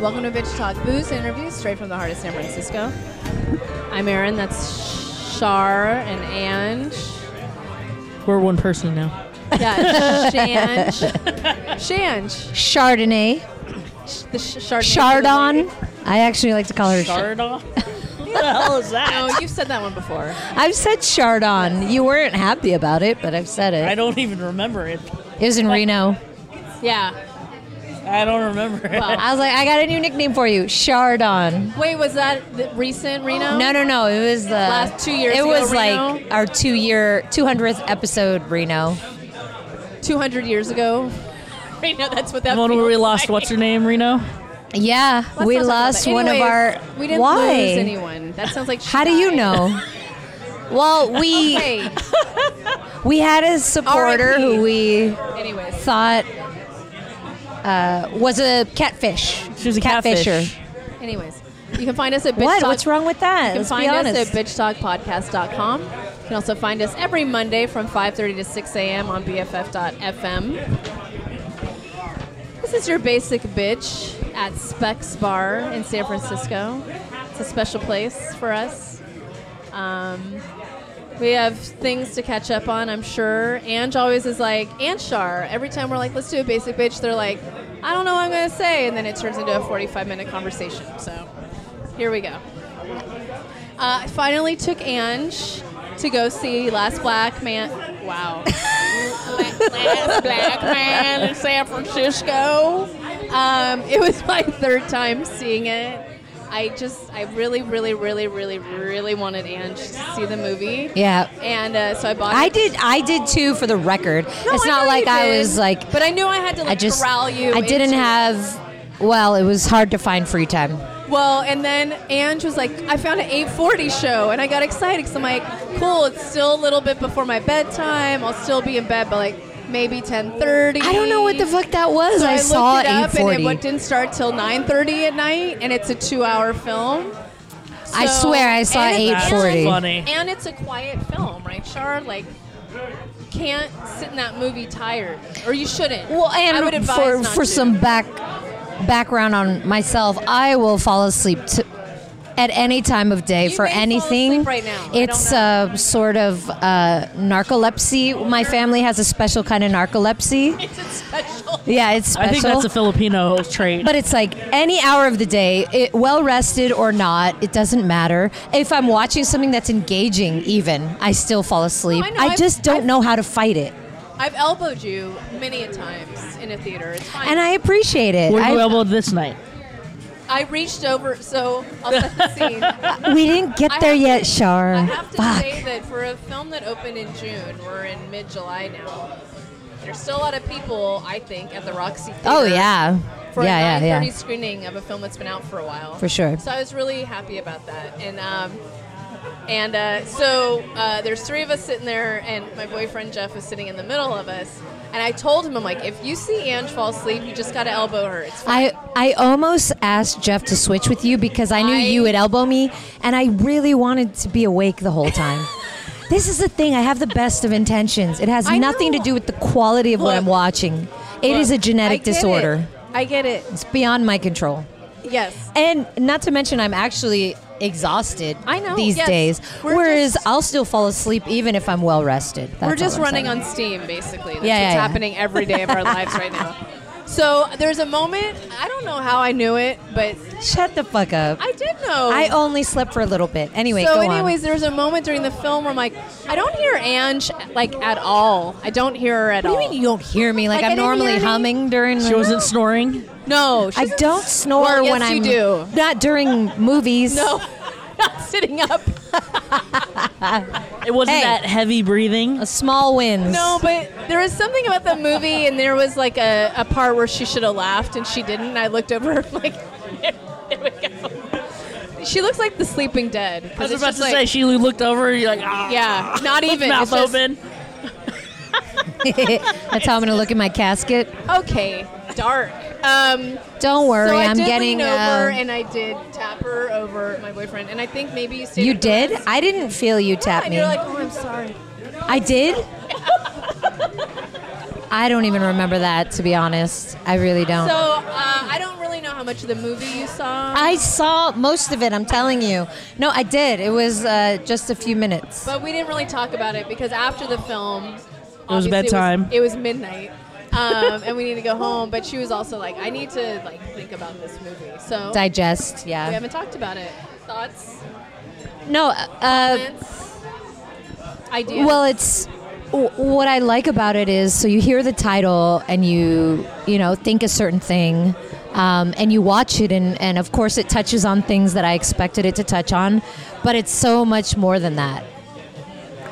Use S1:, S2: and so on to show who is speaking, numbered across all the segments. S1: Welcome to Bitch Talk, booze and interviews straight from the heart of San Francisco. I'm Erin. That's Shar and Ange.
S2: We're one person now.
S1: Yeah, Shange. Shange.
S3: Chardonnay,
S1: The sh- Chardonnay.
S3: Chardon. I actually like to call her. Char-
S2: Chardon? Who the hell is that?
S1: No, you've said that one before.
S3: I've said Chardon. You weren't happy about it, but I've said
S2: I
S3: it.
S2: don't even remember it.
S3: It was in Reno.
S1: Yeah.
S2: I don't remember it.
S1: Well,
S3: I was like, I got a new nickname for you, Chardon.
S1: wait, was that the recent Reno?
S3: No, no, no. It was the
S1: Last two years
S3: It
S1: ago,
S3: was
S1: Reno?
S3: like our two-year, two hundredth episode Reno.
S1: 200 years ago. Reno, that's what that
S2: The one where
S1: feels
S2: we lost
S1: like.
S2: what's her name, Reno?
S3: Yeah,
S1: Let's
S3: we
S1: not talk about
S3: lost
S1: that.
S3: one of
S1: Anyways,
S3: our.
S1: We didn't
S3: Why?
S1: lose anyone. That sounds like
S3: How do you know? well, we
S1: Hey.
S3: we had a supporter
S1: RIP.
S3: who we
S1: Anyways,
S3: thought uh, was a catfish.
S2: She was a catfish.
S1: anyways, you can find us at bitch
S3: What?
S1: Talk-
S3: What's wrong with that?
S1: You can
S3: Let's
S1: find
S3: be
S1: us
S3: honest.
S1: at bitchtalkpodcast.com. You can also find us every Monday from 5:30 to 6 a.m. on BFF.fm. This is your basic bitch at Specs Bar in San Francisco. It's a special place for us. Um, we have things to catch up on, I'm sure. Ange always is like, Ange Shar. Every time we're like, let's do a basic bitch, they're like, I don't know what I'm going to say. And then it turns into a 45 minute conversation. So here we go. Uh, I finally took Ange to go see Last Black Man. Wow. Last Black Man in San Francisco. Um, it was my third time seeing it. I just, I really, really, really, really, really wanted Ange to see the movie.
S3: yeah.
S1: And uh, so I bought
S3: I
S1: it.
S3: did. I did too. For the record,
S1: No,
S3: it's
S1: I
S3: not
S1: know
S3: like
S1: you
S3: I
S1: did,
S3: was like.
S1: But I knew I had to like
S3: I just.
S1: corral you.
S3: I didn't
S1: into-
S3: have. Well, it was hard to find free time.
S1: Well, and then Ange was like, I found an 840 show, and I got excited because I'm like, cool, it's still a little bit before my bedtime. I'll still be in bed by like maybe 1030.
S3: I don't know what the fuck that was.
S1: So
S3: I,
S1: I,
S3: saw
S1: looked it up, and it
S3: 840.
S1: wa- didn't start till 930 at night, and it's a two-hour film.
S3: I
S1: So-
S3: swear I saw
S1: and it's-
S3: 840.
S2: That's funny.
S1: And it's a quiet film, right, Char? Like, can't sit in that movie tired, or you shouldn't.
S3: Well,
S1: I would
S3: and
S1: advise
S3: for
S1: not
S3: for
S1: to.
S3: some back background on myself, I will fall asleep t- at any time of day
S1: You
S3: for
S1: may fall
S3: anything.
S1: asleep right now. I don't
S3: It's
S1: know.
S3: a sort of uh, narcolepsy. My family has a special kind of narcolepsy.
S1: It's a special.
S3: Yeah, it's special.
S2: I think that's a Filipino trait.
S3: But it's like any hour of the day, it, well rested or not, it doesn't matter. If I'm watching something that's engaging, even, I still fall asleep.
S1: know.
S3: I,
S1: I've-
S3: just don't
S1: I've-
S3: know how to fight it.
S1: I've elbowed you many a times in a theater. It's fine.
S3: And I appreciate it.
S2: Were you
S3: I-
S2: elbowed this night?
S1: I reached over, so I'll set the scene.
S3: we didn't get
S1: I
S3: there
S1: have
S3: yet,
S1: to-
S3: Shar.
S1: I have to
S3: Fuck.
S1: say that for a film that opened in June, we're in mid-July now. There's still a lot of people, I think, at the Roxy Theater.
S3: oh yeah,
S1: For
S3: yeah,
S1: a
S3: yeah,
S1: 9:30
S3: yeah.
S1: screening of a film that's been out for a while.
S3: For sure.
S1: So I was really happy about that, and um, and uh, so uh, there's three of us sitting there, and my boyfriend Jeff was sitting in the middle of us, and I told him, I'm like, if you see Ange fall asleep, you just gotta elbow her. It's
S3: I I almost asked Jeff to switch with you because I knew
S1: I-
S3: you would elbow me, and I really wanted to be awake the whole time. this is the thing. I have the best of intentions. It has
S1: I
S3: nothing to
S1: know.
S3: do with the quality of what
S1: Look.
S3: I'm watching. It is a genetic
S1: I get
S3: disorder.
S1: it. I get it.
S3: It's beyond my control.
S1: Yes.
S3: And not to mention, I'm actually exhausted.
S1: I know,
S3: these
S1: yes.
S3: days.
S1: We're
S3: Whereas
S1: just-
S3: I'll still fall asleep even if I'm well rested. That's
S1: We're just
S3: all I'm
S1: running
S3: saying.
S1: on steam, basically. That's
S3: Yeah,
S1: what's
S3: yeah, yeah.
S1: happening every day of our lives right now. So there's a moment, I don't know how I knew it, but
S3: Shut the fuck up.
S1: I did know.
S3: I only slept for a little bit. Anyway,
S1: Oh. so
S3: go
S1: anyways, there was a moment during the film where I'm like, I don't hear Ange like at all. I don't hear her at
S3: on. What
S1: all.
S3: do you mean you don't hear me? Like,
S1: Like, I
S3: I'm
S1: didn't
S3: normally
S1: hear any-
S3: humming during.
S2: She wasn't snoring.
S1: No, she
S3: I
S1: doesn't-
S3: don't snore
S1: Well, yes,
S3: when I'm.
S1: you do.
S3: Not during movies.
S1: No, not sitting up.
S2: It wasn't
S3: Hey.
S2: that heavy breathing.
S3: A small wins.
S1: No, but there was something about the movie, and there was like a, a part where she should have laughed and she didn't. And I looked over her like, there we go. She looks like the Sleeping Dead. 'cause
S2: I was
S1: it's
S2: about
S1: just
S2: to
S1: like-
S2: say she looked over and you're like, ah.
S1: Yeah, not
S2: with
S1: even.
S2: Mouth
S1: It's just-
S2: open.
S3: That's how I'm gonna look at my casket.
S1: Okay, dark. Um,
S3: Don't worry,
S1: so I
S3: I'm
S1: did
S3: getting.
S1: lean over
S3: uh,
S1: and I did tap her over my boyfriend, and I think maybe you stayed.
S3: you
S1: up the
S3: did?
S1: rest.
S3: I didn't feel you tap
S1: and
S3: me.
S1: you're like, oh, I'm sorry.
S3: I did. I don't even remember that, to be honest. I really don't.
S1: So uh, I don't really know how much of the movie you saw?
S3: I saw most of it. I'm telling you. No, I did. It was uh, just a few minutes.
S1: But we didn't really talk about it because after the film, it
S2: was bedtime.
S1: It was, midnight, um, and we need to go home. But she was also like, "I need to like think about this movie." So
S3: Digest.
S1: we
S3: Yeah.
S1: haven't talked about it. Thoughts,
S3: No. Uh,
S1: comments, ideas.
S3: well, it's w- what I like about it is so you hear the title and you you know think a certain thing. Um, and you watch it, and, and of course, it touches on things that I expected it to touch on, but it's so much more than that.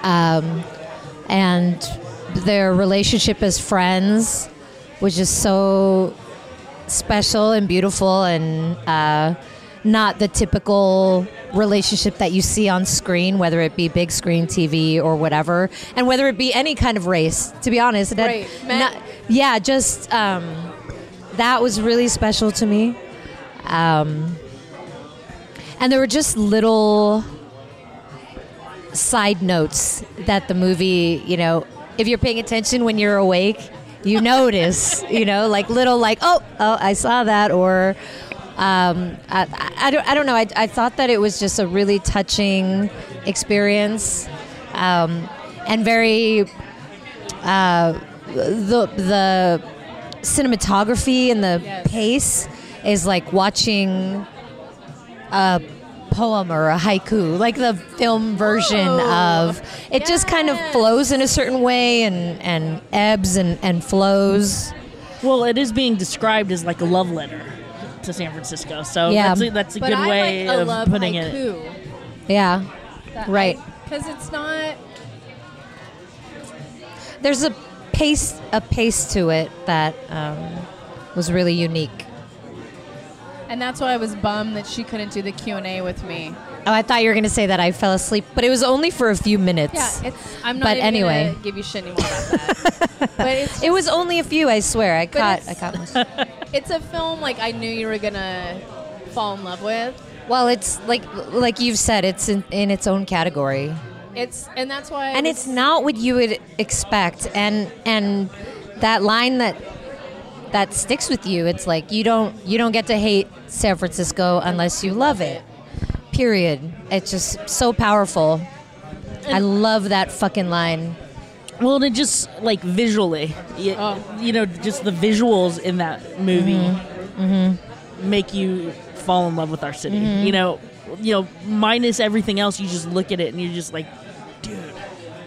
S3: Um, and their relationship as friends was just so special and beautiful and uh, not the typical relationship that you see on screen whether it be big screen tv or whatever and whether it be any kind of race to be honest It had
S1: Right. Men-
S3: not- yeah just um, that was really special to me um, and there were just little side notes that the movie, you know, if you're paying attention when you're awake, you notice, you know, like little like, oh, oh, I saw that, or um, I, I- I don't, I don't know. I, I thought that it was just a really touching experience, um, and very uh, the the cinematography and the
S1: Yes.
S3: pace is like watching a poem or a haiku, like the film version
S1: Oh.
S3: of it. Just kind of
S1: Yes.
S3: flows in a certain way and and ebbs and and flows.
S2: Well, it is being described as like a love letter to San Francisco. So
S3: Yeah.
S2: that's a, that's a
S1: but
S2: good
S1: I
S2: way
S1: like a
S2: of
S1: love
S2: putting it.
S1: haiku.
S3: Yeah, right.
S1: Because it's not.
S3: There's a pace a pace to it that um, was really unique.
S1: And that's why I was bummed that she couldn't do the Q and A with me.
S3: Oh, I thought you were going to say that I fell asleep, but it was only for a few minutes.
S1: Yeah, it's. I'm not
S3: But
S1: even
S3: anyway.
S1: gonna give you shit anymore about that. but it's
S3: It was only a few, I swear. I caught.
S1: it's-
S3: I caught. Most.
S1: it's a film like I knew you were gonna fall in love with.
S3: Well, it's like like you've said, it's in, in its own category,
S1: It's and that's why. I
S3: and
S1: was-
S3: it's not what you would expect. And and that line that that sticks with you, it's like you don't you don't get to hate San Francisco unless you love it. Period. It's just so powerful. I love that fucking line.
S2: Well, and it just like visually, you,
S1: Oh.
S2: you know, just the visuals in that movie
S1: Mm-hmm.
S2: make you fall in love with our city.
S1: Mm-hmm.
S2: You know, you know, minus everything else, you just look at it and you're just like, dude,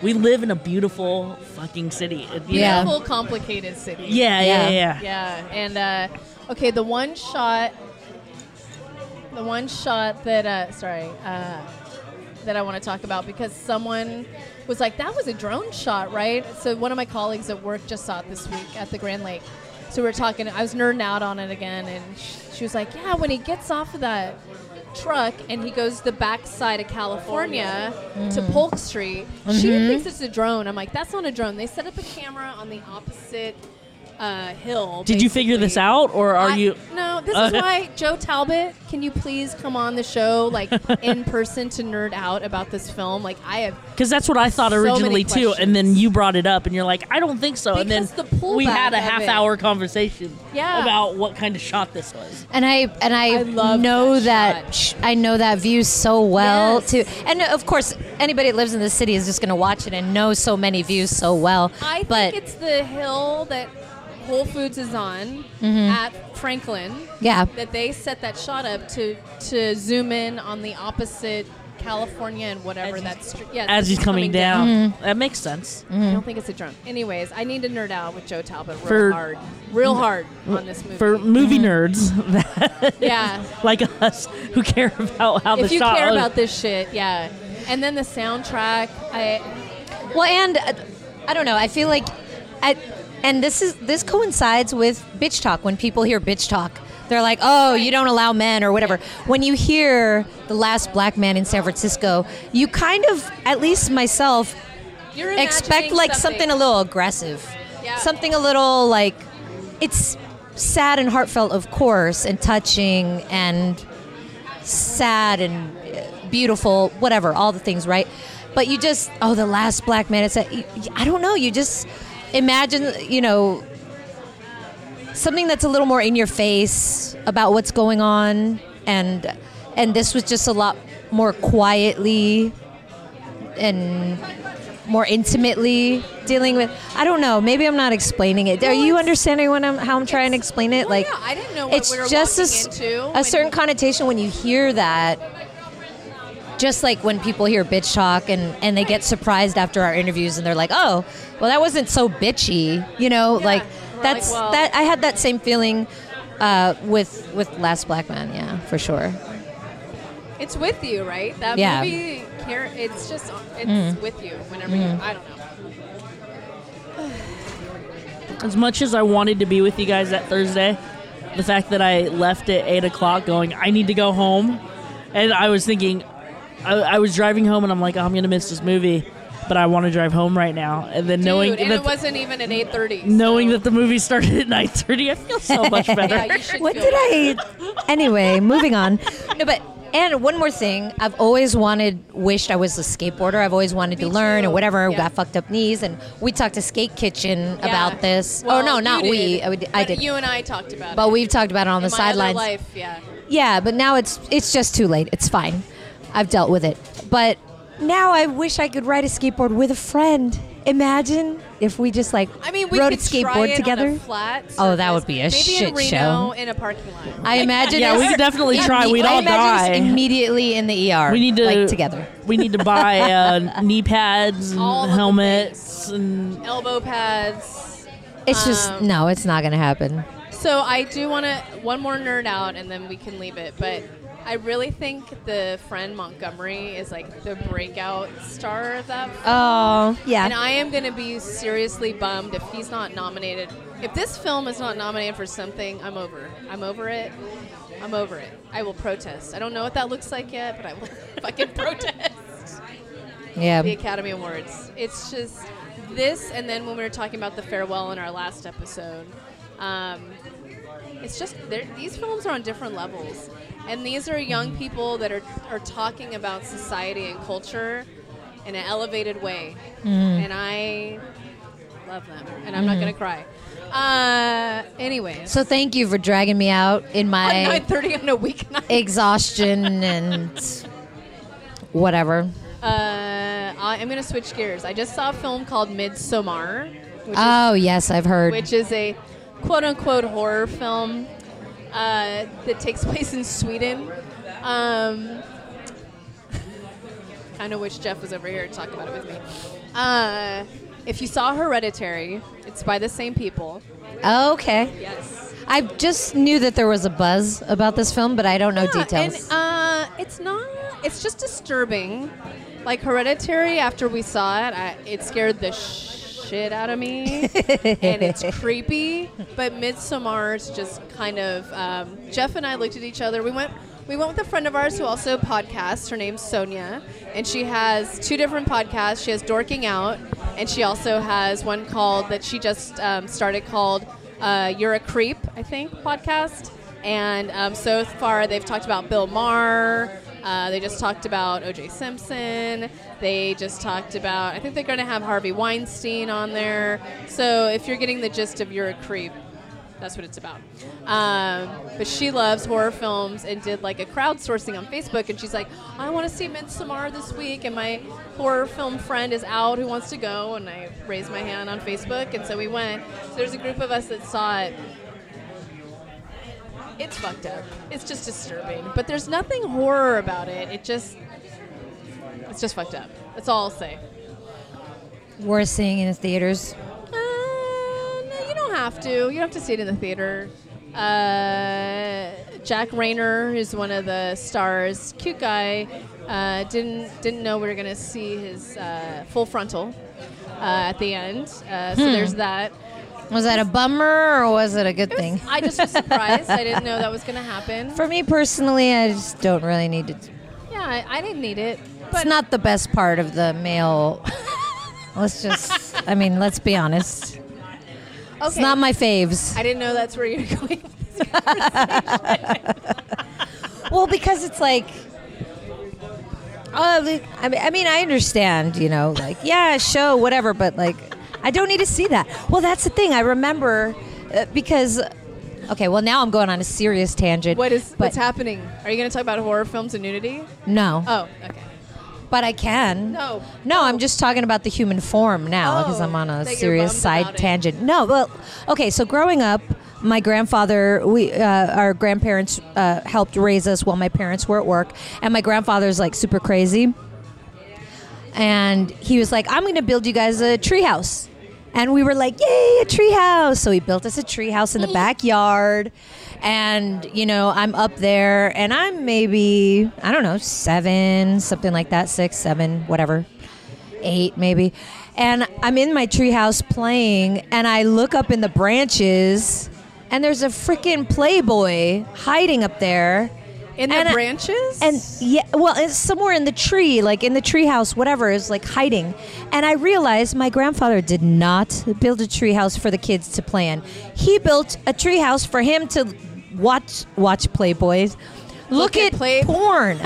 S2: we live in a beautiful fucking city. you
S3: Yeah.
S2: know?
S1: beautiful, complicated city.
S2: yeah, yeah, yeah,
S3: Yeah.
S2: yeah.
S1: Yeah, and uh, okay, the one shot, the one shot that uh, sorry uh, that I want to talk about because someone was like, "That was a drone shot, right?" So one of my colleagues at work just saw it this week at the Grand Lake. So we were talking. I was nerding out on it again, and sh- she was like, "Yeah, when he gets off of that truck and he goes the back side of California to
S2: Mm.
S1: Polk Street, she
S2: Mm-hmm.
S1: thinks it's a drone." I'm like, "That's not a drone. They set up a camera on the opposite." Uh, hill.
S2: Did you figure this
S1: basically.
S2: out, or are
S1: I-
S2: you?
S1: No, this is
S2: Okay.
S1: why Joe Talbot, can you please come on the show like in person to nerd out about this film? Like I have
S2: Because that's what I thought
S1: So many
S2: originally too, and then you brought it up, and you're like, I don't think so. and then
S1: Because the
S2: we
S1: pullback
S2: had a
S1: of
S2: half
S1: it.
S2: hour conversation
S1: Yeah.
S2: about what kind of shot this was.
S3: and I and I,
S1: I love
S3: know
S1: that
S3: that, sh I know that view so well
S1: Yes.
S3: too. And of course, anybody that lives in the city is just going to watch it and know so many views so well.
S1: I
S3: but
S1: think it's the hill that Whole Foods is on
S2: Mm-hmm.
S1: at Franklin.
S3: yeah,
S1: That they set that shot up to to zoom in on the opposite California and whatever
S2: As
S1: that
S2: he's-
S1: street. Yeah,
S2: As he's coming, down,
S1: Mm-hmm.
S2: that makes sense.
S1: I don't think it's a drone. Anyways, I need to nerd out with Joe Talbot real
S2: For-
S1: hard, real hard on this movie. Mm-hmm.
S2: For movie nerds
S1: yeah.
S2: like us who care about how
S1: if
S2: the
S1: you
S2: shot
S1: care
S2: looks.
S1: about this shit, yeah. And then the soundtrack, I
S3: Well, and uh, I don't know. I feel like, I, and this is this coincides with bitch talk. When people hear bitch talk, they're like, "Oh, you don't allow men" or whatever. When you hear the last black man in San Francisco, you kind of, at least myself,
S1: you're
S3: expect
S1: imagining
S3: like something, a little aggressive,
S1: Yeah.
S3: something a little like it's sad and heartfelt, of course, and touching and sad and uh, beautiful, whatever, all the things, right? But you just oh, the last black man. It's a, I don't know. You just imagine, you know, something that's a little more in your face about what's going on and and this was just a lot more quietly and more intimately dealing with I don't know maybe I'm not explaining it are you understanding what I'm, how I'm trying to explain it
S1: well,
S3: like
S1: yeah, I didn't know what
S3: it's
S1: we were
S3: just a,
S1: walking
S3: s-
S1: into
S3: a
S1: when-
S3: certain connotation when you hear that just like when people hear bitch talk and, and they get surprised after our interviews and they're like, oh, well, that wasn't so bitchy, you know,
S1: Yeah.
S3: like
S1: We're
S3: that's
S1: like, well-
S3: that. I had that same feeling uh, with with Last Black Man, yeah, for sure.
S1: It's with you, right? That
S3: Yeah. Mm.
S1: movie, car- it's just, it's with you whenever you, I don't know.
S2: As much as I wanted to be with you guys that Thursday, the fact that I left at eight o'clock, going, I need to go home, and I was thinking, I, I was driving home, and I'm like, oh, I'm gonna miss this movie, but I want to drive home right now, and then knowing
S1: Dude, and
S2: that.
S1: it wasn't even at 8.30.
S2: Knowing that the movie started at 9.30, I feel so much better.
S1: Yeah, you should
S3: What
S1: feel bad.
S3: did I? Anyway, moving on. No, but and one more thing, I've always wanted, wished I was a skateboarder. I've always wanted to
S1: Me
S3: learn
S1: too.
S3: and whatever.
S1: Yeah.
S3: Got fucked up knees, and we talked to Skate Kitchen about this.
S1: Well,
S3: oh no,
S1: you
S3: not
S1: did,
S3: we. I would- I
S1: but
S3: did.
S1: You and I talked about
S3: but
S1: it.
S3: we've talked about it on the
S1: My
S3: sidelines.
S1: Other life, yeah.
S3: Yeah, but now it's it's just too late. It's fine. I've dealt with it. But now I wish I could ride a skateboard with a friend. Imagine if we just like
S1: I mean, we
S3: rode a
S1: could try
S3: skateboard
S1: it on a
S3: together.
S1: flat
S3: Oh, that
S1: surface.
S3: would be a
S1: Maybe
S3: shit
S1: in Reno,
S3: show.
S1: in a parking lot.
S3: I imagine.
S2: Yeah,
S3: us-
S2: we could definitely try. We'd
S3: I
S2: all
S3: imagine us
S2: die.
S3: immediately in the ER.
S2: We need to
S3: like together.
S2: We need to buy uh, knee pads and
S1: All of the
S2: helmets and
S1: Elbow pads.
S3: It's just
S1: Um,
S3: no. It's not gonna happen.
S1: So I do want to one more nerd out, and then we can leave it. But I really think the friend Montgomery is like the breakout star of that.
S3: Oh yeah.
S1: And I am going to be seriously bummed if he's not nominated. If this film is not nominated for something, I'm over. I'm over it. I'm over it. I will protest. I don't know what that looks like yet, but I will fucking protest
S3: yeah.
S1: the Academy Awards. It's just this, and then when we were talking about the farewell in our last episode, um, it's just they're- these films are on different levels, and these are young people that are are talking about society and culture in an elevated way, and I love them, and I'm not gonna cry. Uh, anyways,
S3: So thank you for dragging me out in my
S1: 9:30 on a weeknight.
S3: exhaustion and whatever.
S1: Uh, I, I'm gonna switch gears. I just saw a film called Midsommar, which is
S3: Oh yes, I've heard.
S1: which is a quote unquote horror film uh, that takes place in Sweden. Um, kind of wish Jeff was over here to talk about it with me. Uh, if you saw Hereditary, it's by the same people.
S3: okay.
S1: Yes.
S3: I just knew that there was a buzz about this film, but I don't know details.
S1: And uh, it's not. It's just disturbing. Like Hereditary, after we saw it, I, it scared the shit out of me, and it's creepy. But Midsommar's just kind of. Um, Jeff and I looked at each other. We went. We went with a friend of ours who also podcasts. Her name's Sonia, and she has two different podcasts. She has Dorking Out, and she also has one called that she just um, started called uh, You're a Creep, I think, podcast. And um, so far, they've talked about Bill Maher. Uh, they just talked about O.J. Simpson. They just talked about. I think they're going to have Harvey Weinstein on there. So if you're getting the gist of "You're a Creep," that's what it's about. Um, but she loves horror films and did like a crowdsourcing on Facebook, and she's like, "I want to see Midsommar this week," and my horror film friend is out who wants to go, and I raised my hand on Facebook, and so we went. So there's a group of us that saw it. It's fucked up. It's just disturbing. But there's nothing horror about it. It just it's just fucked up. That's all I'll say.
S3: We're seeing in the theaters.
S1: Uh, no, you don't have to. You don't have to see it in the theater. Uh, Jack Rayner is one of the stars. Cute guy. Uh, didn't didn't know we were gonna see his uh, full frontal uh, at the end. Uh, so there's that.
S3: Was that a bummer or was it a good
S1: It was-
S3: thing?
S1: I just was surprised. I didn't know that was gonna happen.
S3: For me personally, I just don't really need it.
S1: yeah, I, I didn't need it.
S3: It's not the best part of the male. Let's just, I mean, let's be honest.
S1: Okay.
S3: It's not my faves.
S1: I didn't know that's where you're going.
S3: Well, because it's like, oh, like, I mean, I mean, I understand, you know, like, yeah, show, whatever, but like, I don't need to see that. Well, that's the thing. I remember uh, because Okay, well now I'm going on a serious tangent.
S1: What is
S3: but
S1: what's happening? Are you going to talk about horror films and nudity?
S3: No,
S1: Oh, okay.
S3: but I can.
S1: No.
S3: No, I'm just talking about the human form now because
S1: Oh,
S3: I'm on a
S1: that you're
S3: serious
S1: bummed
S3: side
S1: about it.
S3: tangent. No, well, okay. So growing up, my grandfather, we, uh, our grandparents uh, helped raise us while my parents were at work, and my grandfather's like super crazy, and he was like, "I'm going to build you guys a treehouse." And we were like, yay, a treehouse. So he built us a treehouse in the backyard. And, you know, I'm up there and I'm maybe, I don't know, seven, something like that, six, seven, whatever eight maybe. And I'm in my treehouse playing, and I look up in the branches, and there's a freaking Playboy hiding up there.
S1: In the
S3: And I-
S1: branches?
S3: And yeah, well, it's somewhere in the tree, like in the treehouse, whatever, is like hiding. And I realized my grandfather did not build a treehouse for the kids to play in. He built a treehouse for him to watch watch Playboys, look,
S1: Look at
S3: at
S1: Play-
S3: porn,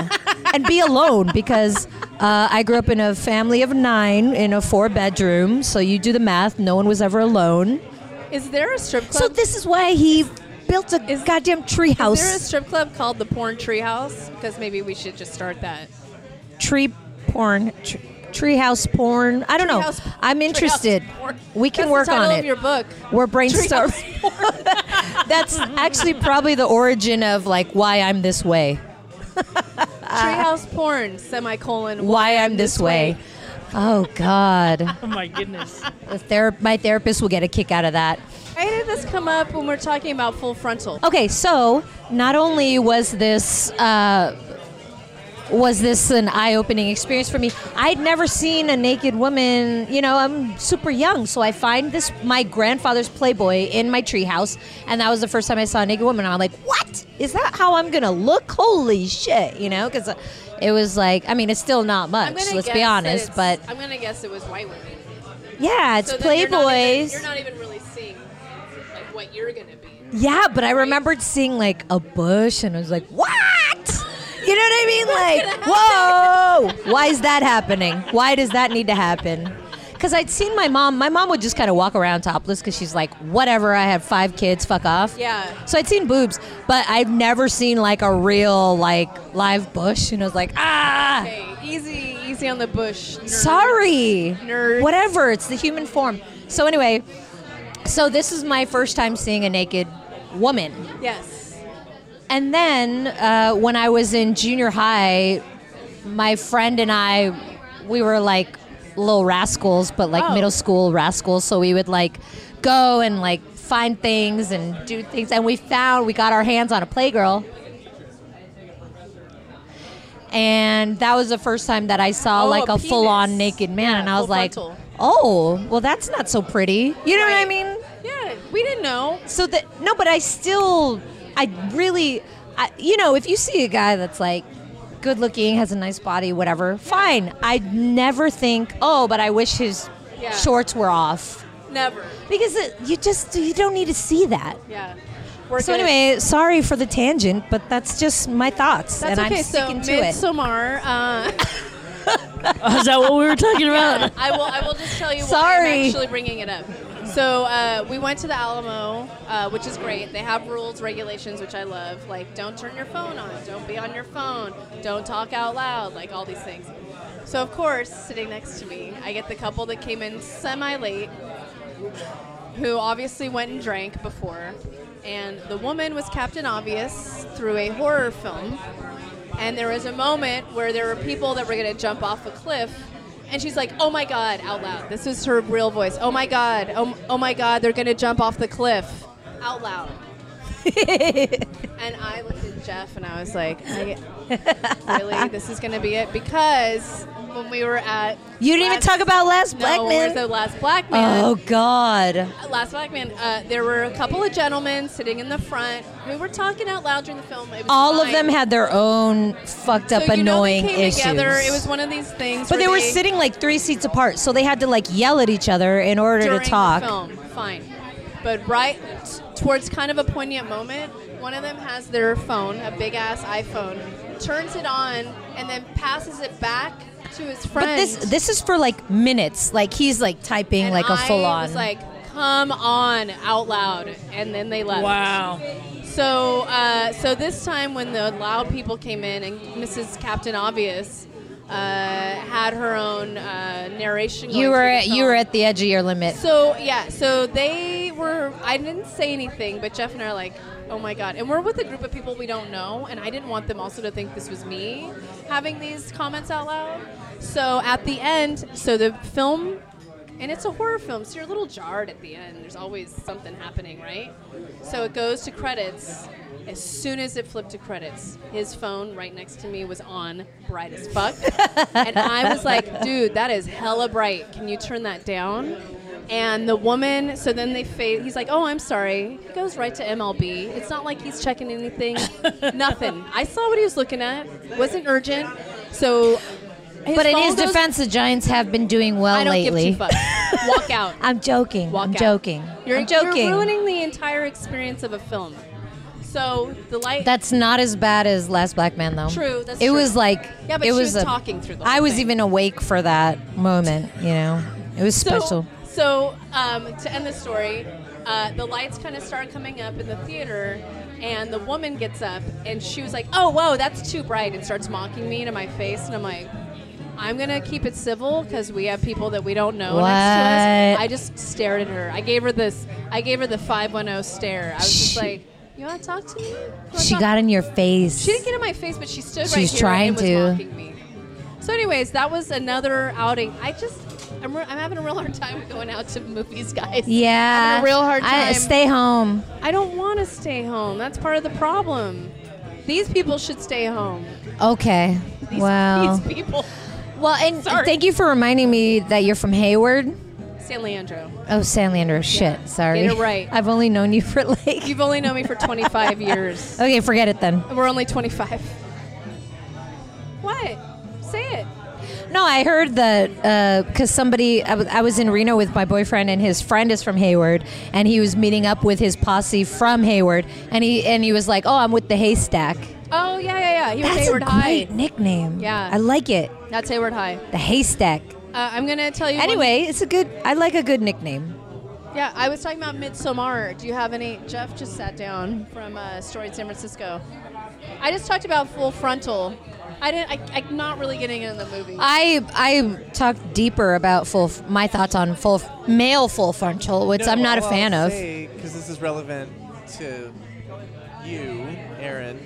S3: and be alone because uh, I grew up in a family of nine in a four bedroom. So you do the math. No one was ever alone.
S1: is there a strip club?
S3: So this is why he built a
S1: Is-
S3: goddamn treehouse.
S1: Is there a strip club called the Porn Treehouse? Because maybe we should just start that.
S3: tree porn, tr- treehouse porn. I don't
S1: Treehouse-
S3: know. I'm interested.
S1: Treehouse porn.
S3: We can
S1: That's
S3: work
S1: the title
S3: on
S1: Of
S3: it.
S1: your book.
S3: We're
S1: Treehouse
S3: brainstorming. That's actually probably the origin of like why I'm this way.
S1: Treehouse porn semicolon.
S3: Uh, Why I'm this way. Oh God,
S2: Oh my goodness.
S3: the ther- my therapist will get a kick out of that.
S1: Why did this come up when we're talking about full frontal?
S3: Okay, so not only was this uh, was this an eye-opening experience for me, I'd never seen a naked woman. You know, I'm super young, so I find this my grandfather's Playboy in my treehouse, and that was the first time I saw a naked woman. And I'm like, what is that? How I'm gonna look? Holy shit! You know, because it was like, I mean, it's still not much.
S1: I'm gonna
S3: Let's
S1: guess
S3: be
S1: that
S3: honest,
S1: it's-
S3: but
S1: I'm gonna guess it was white women.
S3: yeah, it's
S1: So then you're not even-
S3: Playboys.
S1: You're not, even, really seeing like what you're gonna be.
S3: Yeah, but I remembered seeing like a bush and I was like, what? You know what I mean? Like, whoa, why is that happening? Why does that need to happen? Because I'd seen my mom, my mom would just kind of walk around topless because she's like, whatever, I have five kids, fuck off.
S1: Yeah.
S3: So I'd seen boobs, but I've never seen like a real, like, live bush. And I was like, ah,
S1: Hey, easy, easy on the bush. nerd.
S3: sorry.
S1: Nerd.
S3: Whatever, it's the human form. So anyway, so this is my first time seeing a naked woman.
S1: Yes.
S3: And then uh, when I was in junior high, my friend and I, we were like little rascals, but like
S1: Oh.
S3: middle school rascals. So we would like go and like find things and do things. And we found, we got our hands on a Playgirl. And that was the first time that I saw
S1: Oh,
S3: like
S1: a
S3: a, full on
S1: penis.
S3: naked man.
S1: Yeah,
S3: and I was
S1: full
S3: like,
S1: frontal.
S3: oh, well, that's not so pretty. You know what I
S1: Right.
S3: mean?
S1: Yeah, we didn't know.
S3: so that no but i still i really I, you know if you see a guy that's like good looking has a nice body whatever fine i never think oh but i wish his
S1: Yeah.
S3: shorts were off
S1: Never.
S3: because it, you just you don't need to see that
S1: Yeah. We're
S3: so
S1: gonna-
S3: anyway sorry for the tangent but that's just my thoughts
S1: That's
S3: and
S1: okay.
S3: i'm
S1: so
S3: sticking to it
S1: Midsommar, uh,
S2: Is that what we were talking about?
S1: I will. I will just tell you. Why
S3: Sorry.
S1: I'm actually bringing it up. So uh, we went to the Alamo, uh, which is great. They have rules, regulations, which I love. Like, don't turn your phone on. Don't be on your phone. Don't talk out loud. Like all these things. So of course, sitting next to me, I get the couple that came in semi late, who obviously went and drank before, and the woman was Captain Obvious through a horror film. And there was a moment where there were people that were going to jump off a cliff. And she's like, oh my God, out loud. This is her real voice. Oh my God. Oh, oh my God, they're going to jump off the cliff. Out loud. and I looked at Jeff and I was like, I, really? This is going to be it? Because when we were at.
S3: you didn't even
S1: last-
S3: talk about last
S1: No,
S3: black
S1: when we were
S3: man
S1: at the last black man.
S3: oh god
S1: Last Black Man, uh, there were a couple of gentlemen sitting in the front who were talking out loud during the film. It was
S3: all of
S1: fine.
S3: them had their own fucked up
S1: so, you know, they
S3: annoying
S1: came
S3: issues
S1: Together. It was one of these things.
S3: But
S1: where
S3: they were sitting like three seats apart, so they had to like yell at each other in order
S1: during
S3: to talk.
S1: The film. Fine, but right t- towards kind of a poignant moment, one of them has their phone, a big ass iPhone, turns it on, and then passes it back to his friend.
S3: But this this is for like minutes. Like he's like typing
S1: and
S3: like a full
S1: I
S3: on.
S1: was like, come on out loud and then they left
S2: Wow.
S1: so uh, so this time when the loud people came in and mrs captain obvious uh, had her own uh, narration going
S3: You were
S1: through the
S3: at, you were
S1: film.
S3: at the edge of your limit.
S1: So yeah, so they were. I didn't say anything, but Jeff and I are like, oh my god, and we're with a group of people we don't know, and I didn't want them also to think this was me having these comments out loud. So at the end, so the film, and it's a horror film, so you're a little jarred at the end. There's always something happening, right? So it goes to credits. As soon as it flipped to credits, his phone right next to me was on bright as fuck. and I was like, dude, that is hella bright. Can you turn that down? And the woman, so then they fade. He's like, "Oh, I'm sorry." He goes right to MLB. It's not like he's checking anything, nothing. I saw what he was looking at. wasn't urgent. So, his
S3: but in
S1: phone
S3: his
S1: goes-
S3: defense, the Giants have been doing well
S1: I don't
S3: lately.
S1: give two fucks. Walk out.
S3: I'm joking.
S1: Walk
S3: I'm
S1: out.
S3: joking.
S1: You're,
S3: I'm joking.
S1: You're ruining the entire experience of a film. So the light.
S3: That's not as bad as Last Black Man, though.
S1: True, that's
S3: it
S1: true.
S3: was like
S1: Yeah, but she
S3: it was,
S1: was
S3: a-
S1: talking through the
S3: I
S1: whole
S3: was
S1: thing.
S3: even awake for that moment. You know, it was special.
S1: So, so um, to end the story, uh, the lights kind of start coming up in the theater, and the woman gets up and she was like, "Oh, whoa, that's too bright," and starts mocking me to my face, and I'm like. I'm gonna keep it civil because we have people that we don't know next to us.
S3: What?
S1: I just stared at her. I gave her this. I gave her the 510 stare. I was just like, "You want to talk to me?" You wanna
S3: she
S1: talk
S3: got in your face.
S1: she didn't get in my face, but she stood
S3: She
S1: right
S3: was
S1: here
S3: trying
S1: and was
S3: to.
S1: mocking me. So, anyways, that was another outing. I just, I'm, re- I'm having a real hard time going out to movies, guys.
S3: yeah,
S1: Having a real hard
S3: I,
S1: time.
S3: stay home.
S1: I don't want to stay home. That's part of the problem. These people should stay home.
S3: Okay.
S1: These,
S3: wow.
S1: These people.
S3: well, and
S1: Sorry.
S3: thank you for reminding me that you're from Hayward.
S1: San Leandro.
S3: Oh, San Leandro. Shit. Sorry.
S1: Get it right.
S3: I've only known you for like.
S1: You've only known me for 25 years.
S3: okay, forget it then.
S1: And we're only 25. What? Say it.
S3: No, I heard that because somebody, I wa- I was in Reno with my boyfriend, and his friend is from Hayward, and he was meeting up with his posse from Hayward, and he and he was like, "Oh, I'm with the haystack."
S1: Oh, yeah, yeah, yeah. He was
S3: That's
S1: Hayward
S3: a great
S1: High.
S3: nickname.
S1: Yeah.
S3: I like it.
S1: That's Hayward High.
S3: The haystack.
S1: Uh, I'm going to tell you. one-
S3: Anyway, it's a good. I like a good nickname.
S1: Yeah, I was talking about Midsommar. Do you have any? Jeff just sat down from uh, Storied San Francisco. I just talked about Full Frontal. I didn't. I, I'm not really getting into the movie.
S3: I I talked deeper about full f- my thoughts on full f- male full frontal, which I'm
S1: oh,
S3: not a fan of.
S4: Because this is relevant to you, Aaron.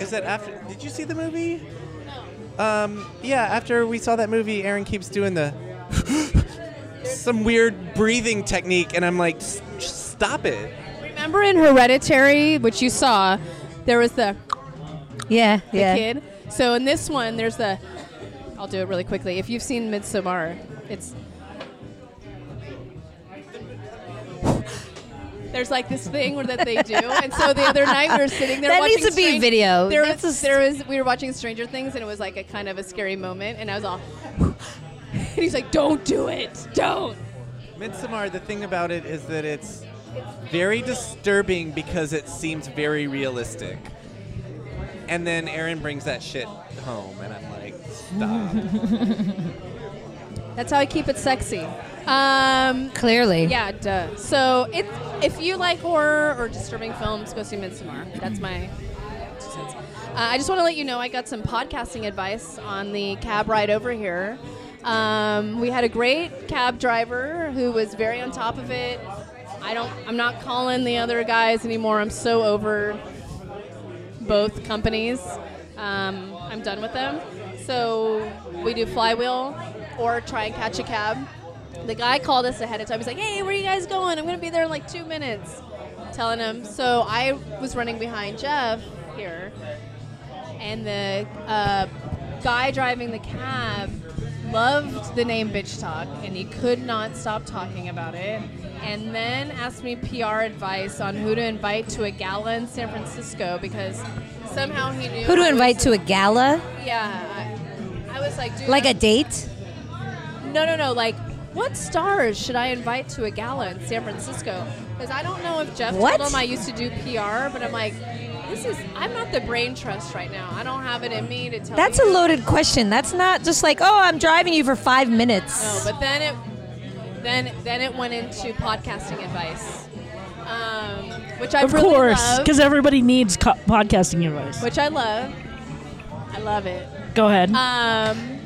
S4: Is that after? Did you see the movie? No. Um. Yeah. After we saw that movie, Aaron keeps doing the some weird breathing technique, and I'm like, "S- just stop it.
S1: Remember in Hereditary, which you saw, there was the,
S3: Yeah,
S1: the
S3: yeah.
S1: kid. So in this one, there's the. I'll do it really quickly. If you've seen Midsommar, it's. There's like this thing where that they do, and so the other night we were sitting there.
S3: That
S1: watching
S3: needs to be
S1: Stranger-
S3: video.
S1: There
S3: That's
S1: was,
S3: a-
S1: there was we were watching Stranger Things, and it was like a kind of a scary moment, and I was all, and he's like, "Don't do it, don't."
S4: Midsommar. The thing about it is that it's very disturbing because it seems very realistic. And then Aaron brings that shit home, and I'm like, stop.
S1: That's how I keep it sexy. Um,
S3: Clearly,
S1: Yeah, duh. So it, if you like horror or disturbing films, go see Midsommar. That's my two cents. Uh, I just want to let you know I got some podcasting advice on the cab ride over here. Um, we had a great cab driver who was very on top of it. I don't. I'm not calling the other guys anymore. I'm so over both companies. Um, I'm done with them. So we do flywheel or try and catch a cab. The guy called us ahead of time. He's like, hey, where are you guys going? I'm going to be there in like two minutes. Telling him. So I was running behind Jeff here, and the uh, guy driving the cab loved the name Bitch Talk, and he could not stop talking about it. And then asked me PR advice on who to invite to a gala in San Francisco because somehow he knew
S3: Who
S1: I
S3: to
S1: was-
S3: invite to a gala?
S1: Yeah, I, I was like, dude,
S3: Like
S1: I'm-
S3: a date?
S1: no, no, no. Like, what stars should I invite to a gala in San Francisco? Because I don't know if Jeff
S3: What?
S1: told him I used to do PR, but I'm like, this is. I'm not the brain trust right now. I don't have it in me to tell.
S3: That's a
S1: you.
S3: loaded question. That's not just like, oh, I'm driving you for five minutes.
S1: No, but then it. Then then it went into podcasting advice, um, which I
S2: of
S1: really
S2: course,
S1: love.
S2: because everybody needs co- podcasting advice.
S1: Which I love. I love it.
S2: Go ahead.
S1: Um,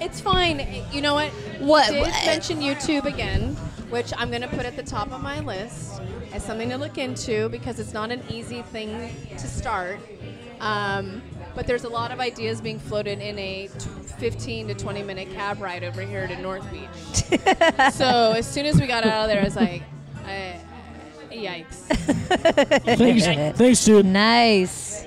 S1: it's fine. You know what?
S3: What-
S1: Did
S3: what-
S1: mention YouTube again, which I'm going to put at the top of my list as something to look into because it's not an easy thing to start. Um, but there's a lot of ideas being floated in a t- 15 to 20 minute cab ride over here to North Beach. so as soon as we got out of there, I was like, I, yikes.
S2: thanks, thanks, dude.
S3: Nice.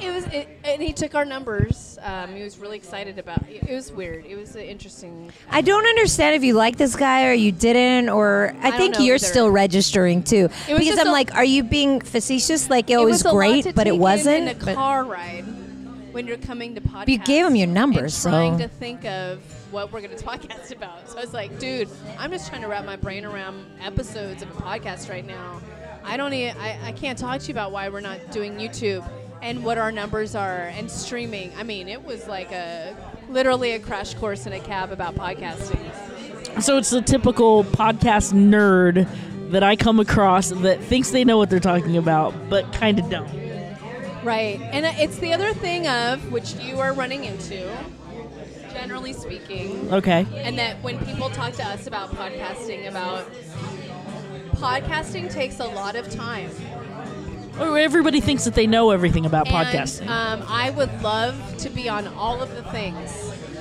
S1: It was, it, and he took our numbers. Um, he was really excited about. It, it was weird. It was an interesting.
S3: I don't understand if you like this guy or you didn't, or I,
S1: don't
S3: think
S1: know
S3: you're
S1: either.
S3: still registering too.
S1: It was
S3: Because
S1: just
S3: I'm
S1: a-
S3: like, are you being facetious? Like it, was,
S1: a lot
S3: great,
S1: to
S3: but
S1: take
S3: it
S1: in In
S3: wasn't.
S1: a
S3: but-
S1: car ride, when you're coming to podcast,
S3: you gave him your numbers,
S1: and trying
S3: so-
S1: to think of what we're going to podcast about. So I was like, dude, I'm just trying to wrap my brain around episodes of a podcast right now. I don't even. I, I can't talk to you about why we're not doing YouTube and what our numbers are and streaming. I mean, it was like a literally a crash course in a cab about podcasting.
S2: So it's the typical podcast nerd that I come across that thinks they know what they're talking about, but kind of don't.
S1: Right. And uh, it's the other thing of which you are running into, generally speaking,
S2: Okay.
S1: and that when people talk to us about podcasting, about podcasting takes a lot of time.
S2: Or everybody thinks that they know everything about podcasting.
S1: And, um, I would love to be on all of the things.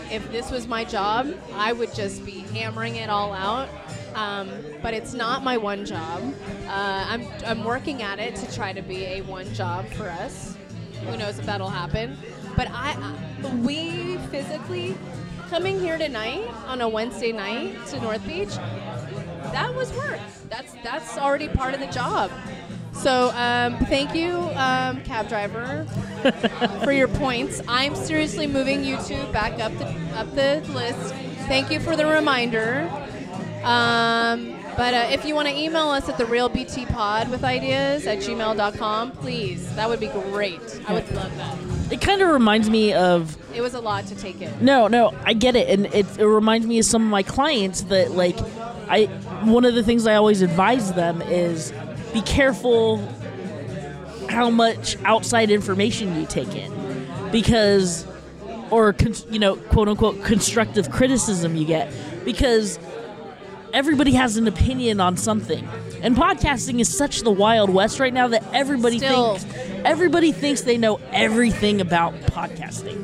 S1: If this was my job, I would just be hammering it all out. Um, but it's not my one job. Uh, I'm, I'm working at it to try to be a one job for us. Who knows if that'll happen? But I, I- we physically coming here tonight on a Wednesday night to North Beach that was work. That's that's already part of the job. So um, thank you, um, cab driver, for your points. I'm seriously moving you two back up the up the list. Thank you for the reminder. Um, but uh, if you want to email us at the real BT Pod with ideas at gmail.com, please. That would be great. I would love that.
S2: it kind of reminds me of
S1: It was a lot to take in.
S2: No, no, I get it, and it, it reminds me of some of my clients that like, I one of the things I always advise them is be careful how much outside information you take in, because or con- you know quote unquote constructive criticism you get because everybody has an opinion on something. And podcasting is such the wild west right now that everybody
S1: Still.
S2: thinks everybody thinks they know everything about podcasting.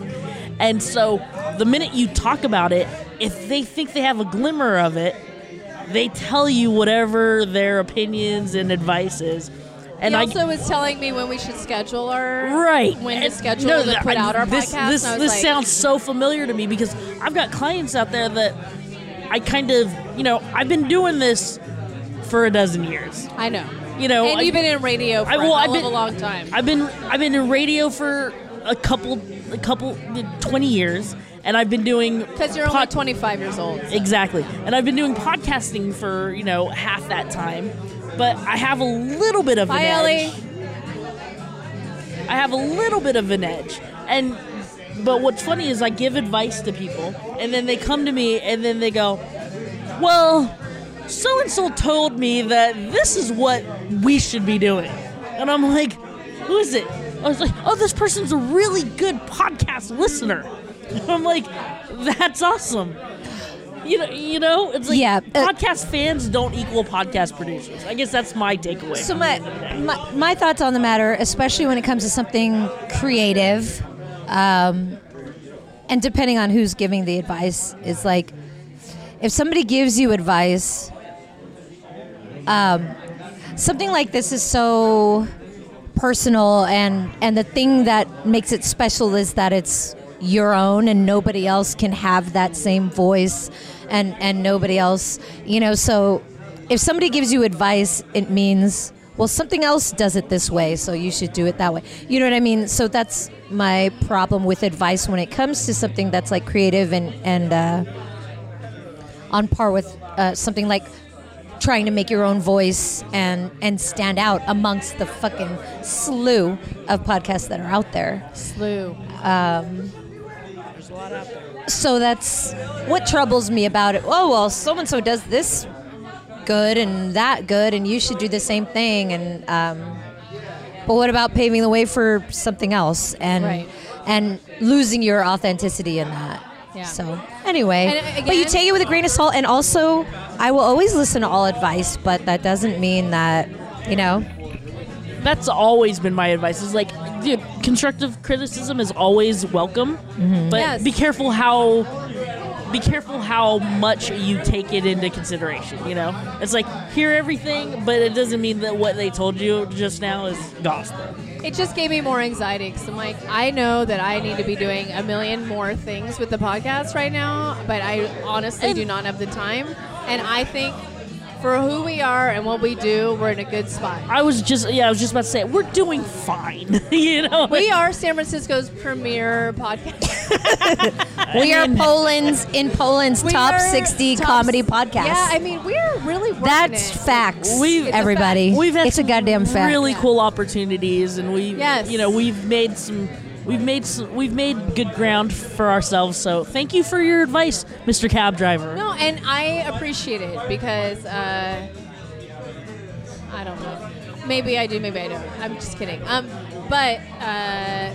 S2: And so the minute you talk about it, if they think they have a glimmer of it, they tell you whatever their opinions and advice is. And
S1: He
S2: I
S1: also was telling me when we should schedule our
S2: right
S1: when to
S2: And-
S1: schedule
S2: no,
S1: to
S2: that-
S1: put out our
S2: this,
S1: podcast.
S2: This,
S1: and I was
S2: this
S1: like,
S2: sounds so familiar to me because I've got clients out there that I kind of you know I've been doing this for a dozen years.
S1: I know.
S2: You know,
S1: and
S2: I-
S1: you've been in radio for
S2: I- well,
S1: a,
S2: I've
S1: hell of
S2: been-
S1: a long time.
S2: I've been I've been in radio for a couple a couple twenty years, and I've been doing
S1: Because you're only
S2: pod-
S1: 25 years old.
S2: Exactly. And I've been doing podcasting for, you know, half that time. But I have a little bit of an
S1: Hi, Ellie.
S2: edge. I have a little bit of an edge. And but what's funny is I give advice to people and then they come to me and then they go, "Well, so and so told me that this is what we should be doing." And I'm like, "Who is it?" I was like, "Oh, this person's a really good podcast listener." I'm like, "That's awesome." You know, you know, it's like
S3: Yeah, uh,
S2: podcast fans don't equal podcast producers. I guess that's my takeaway.
S3: So
S2: from
S3: my,
S2: the other day.
S3: my my thoughts on the matter, especially when it comes to something creative, um, and depending on who's giving the advice, is like if somebody gives you advice, um, something like this is so personal, and and the thing that makes it special is that it's your own, and nobody else can have that same voice, and and nobody else, you know. So if somebody gives you advice, it means well something else does it this way, so you should do it that way. You know what I mean? So that's my problem with advice when it comes to something that's like creative and and. Uh, on par with uh, something like trying to make your own voice and and stand out amongst the fucking slew of podcasts that are out there.
S1: Slew.
S3: So that's what troubles me about it. Oh well, so and so does this good and that good, and you should do the same thing. And um, but what about paving the way for something else and
S1: Right.
S3: and losing your authenticity in that?
S1: Yeah.
S3: So anyway,
S1: And, uh,
S3: but you
S1: again-
S3: take it with a grain of salt. And also, I will always listen to all advice, but that doesn't mean that you know.
S2: That's always been my advice. Is like, dude, constructive criticism is always welcome, but
S1: Yes.
S2: be careful how be careful how much you take it into consideration. You know, it's like hear everything, but it doesn't mean that what they told you just now is gospel.
S1: It just gave me more anxiety because I'm like, I know that I need to be doing a million more things with the podcast right now, but I honestly do not have the time. And I think for who we are and what we do, we're in a good spot.
S2: I was just yeah, I was just about to say we're doing fine. you know,
S1: We are San Francisco's premier podcast.
S3: We are Poland's in Poland's
S1: We
S3: top
S1: are
S3: 60
S1: top-
S3: comedy podcast.
S1: Yeah, I mean, we're really working
S3: That's
S1: it.
S3: facts,
S2: We've- It's a
S3: everybody.
S2: We've had
S3: it's a
S2: some
S3: goddamn fact.
S2: Really cool opportunities, and we,
S1: Yes.
S2: you know, we've made some, we've made some, we've made good ground for ourselves. So thank you for your advice, Mr. Cab Driver.
S1: No, and I appreciate it because uh, I don't know. Maybe I do. Maybe I don't. I'm just kidding. Um, but uh,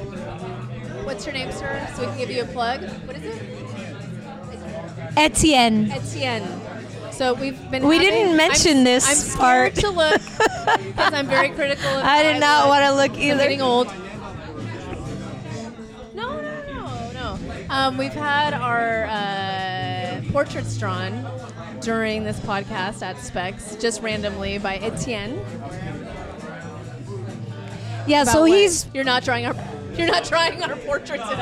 S1: what's your name, sir? So we can give you a plug. What is it?
S3: Etienne.
S1: Etienne. So we've been.
S3: We
S1: having-
S3: didn't mention
S1: I'm,
S3: this
S1: I'm scared
S3: part.
S1: to look because I'm very critical. Of
S3: I did not want to look
S1: I'm getting
S3: either.
S1: old. No, no, no, no. Um, we've had our uh, portraits drawn during this podcast at Specs, just randomly by Etienne.
S3: Yeah,
S1: About
S3: so
S1: what-
S3: he's
S1: You're not drawing our. You're not drawing our portraits at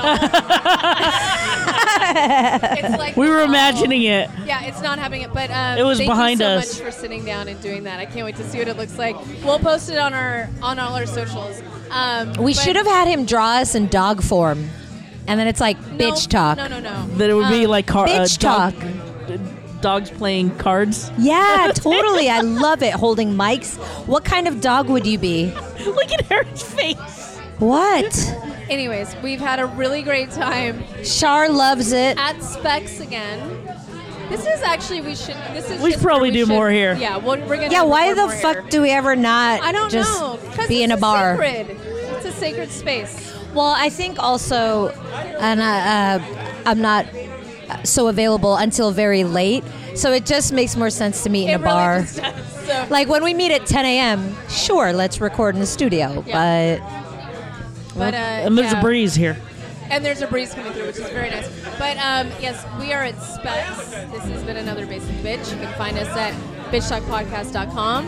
S1: all. it's like
S2: we were
S1: no.
S2: imagining it.
S1: Yeah, it's not having it, but um,
S2: It was
S1: thank
S2: behind
S1: you so
S2: us.
S1: Much for sitting down and doing that. I can't wait to see what it looks like. We'll post it on our on all our socials. Um,
S3: we
S1: but-
S3: should have had him draw us in dog form. And then it's like
S1: No,
S3: bitch talk.
S1: No, no, no.
S2: That it would be
S1: Um,
S2: like car-
S3: Uh,
S2: uh,
S3: bitch
S2: dog-
S3: talk.
S2: dogs playing cards.
S3: Yeah, totally. I love it holding mics. What kind of dog would you be?
S2: Look at Eric's face.
S3: What?
S1: Anyways, we've had a really great time
S3: Char loves it.
S1: at Specs again. This is actually we should. This is
S2: We
S1: just
S2: probably
S1: where
S2: do
S1: should-
S2: more here.
S1: Yeah, we're, we're gonna.
S3: Yeah, why
S1: record
S3: the
S1: more here.
S3: fuck do we ever not
S1: I don't
S3: just
S1: know. 'cause
S3: be in
S1: it's
S3: a bar?
S1: Sacred. It's a sacred space.
S3: Well, I think also, and I, uh, I'm not so available until very late, so it just makes more sense to meet in
S1: it
S3: a bar.
S1: Really just does, so.
S3: like when we meet at 10 a.m., sure, let's record in the studio,
S1: Yeah.
S3: but
S1: but, uh,
S2: And there's
S1: yeah.
S2: a breeze here.
S1: And there's a breeze coming through, which is very nice. But um, yes, we are at Specs. This has been another Basic Bitch. You can find us at bitchtalkpodcast.com.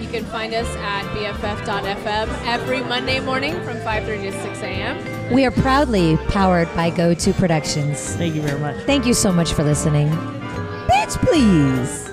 S1: You can find us at bff.fm every Monday morning from 5.30 to 6 a.m.
S3: we are proudly powered by Go To Productions.
S2: Thank you very much.
S3: Thank you so much for listening. Bitch, please.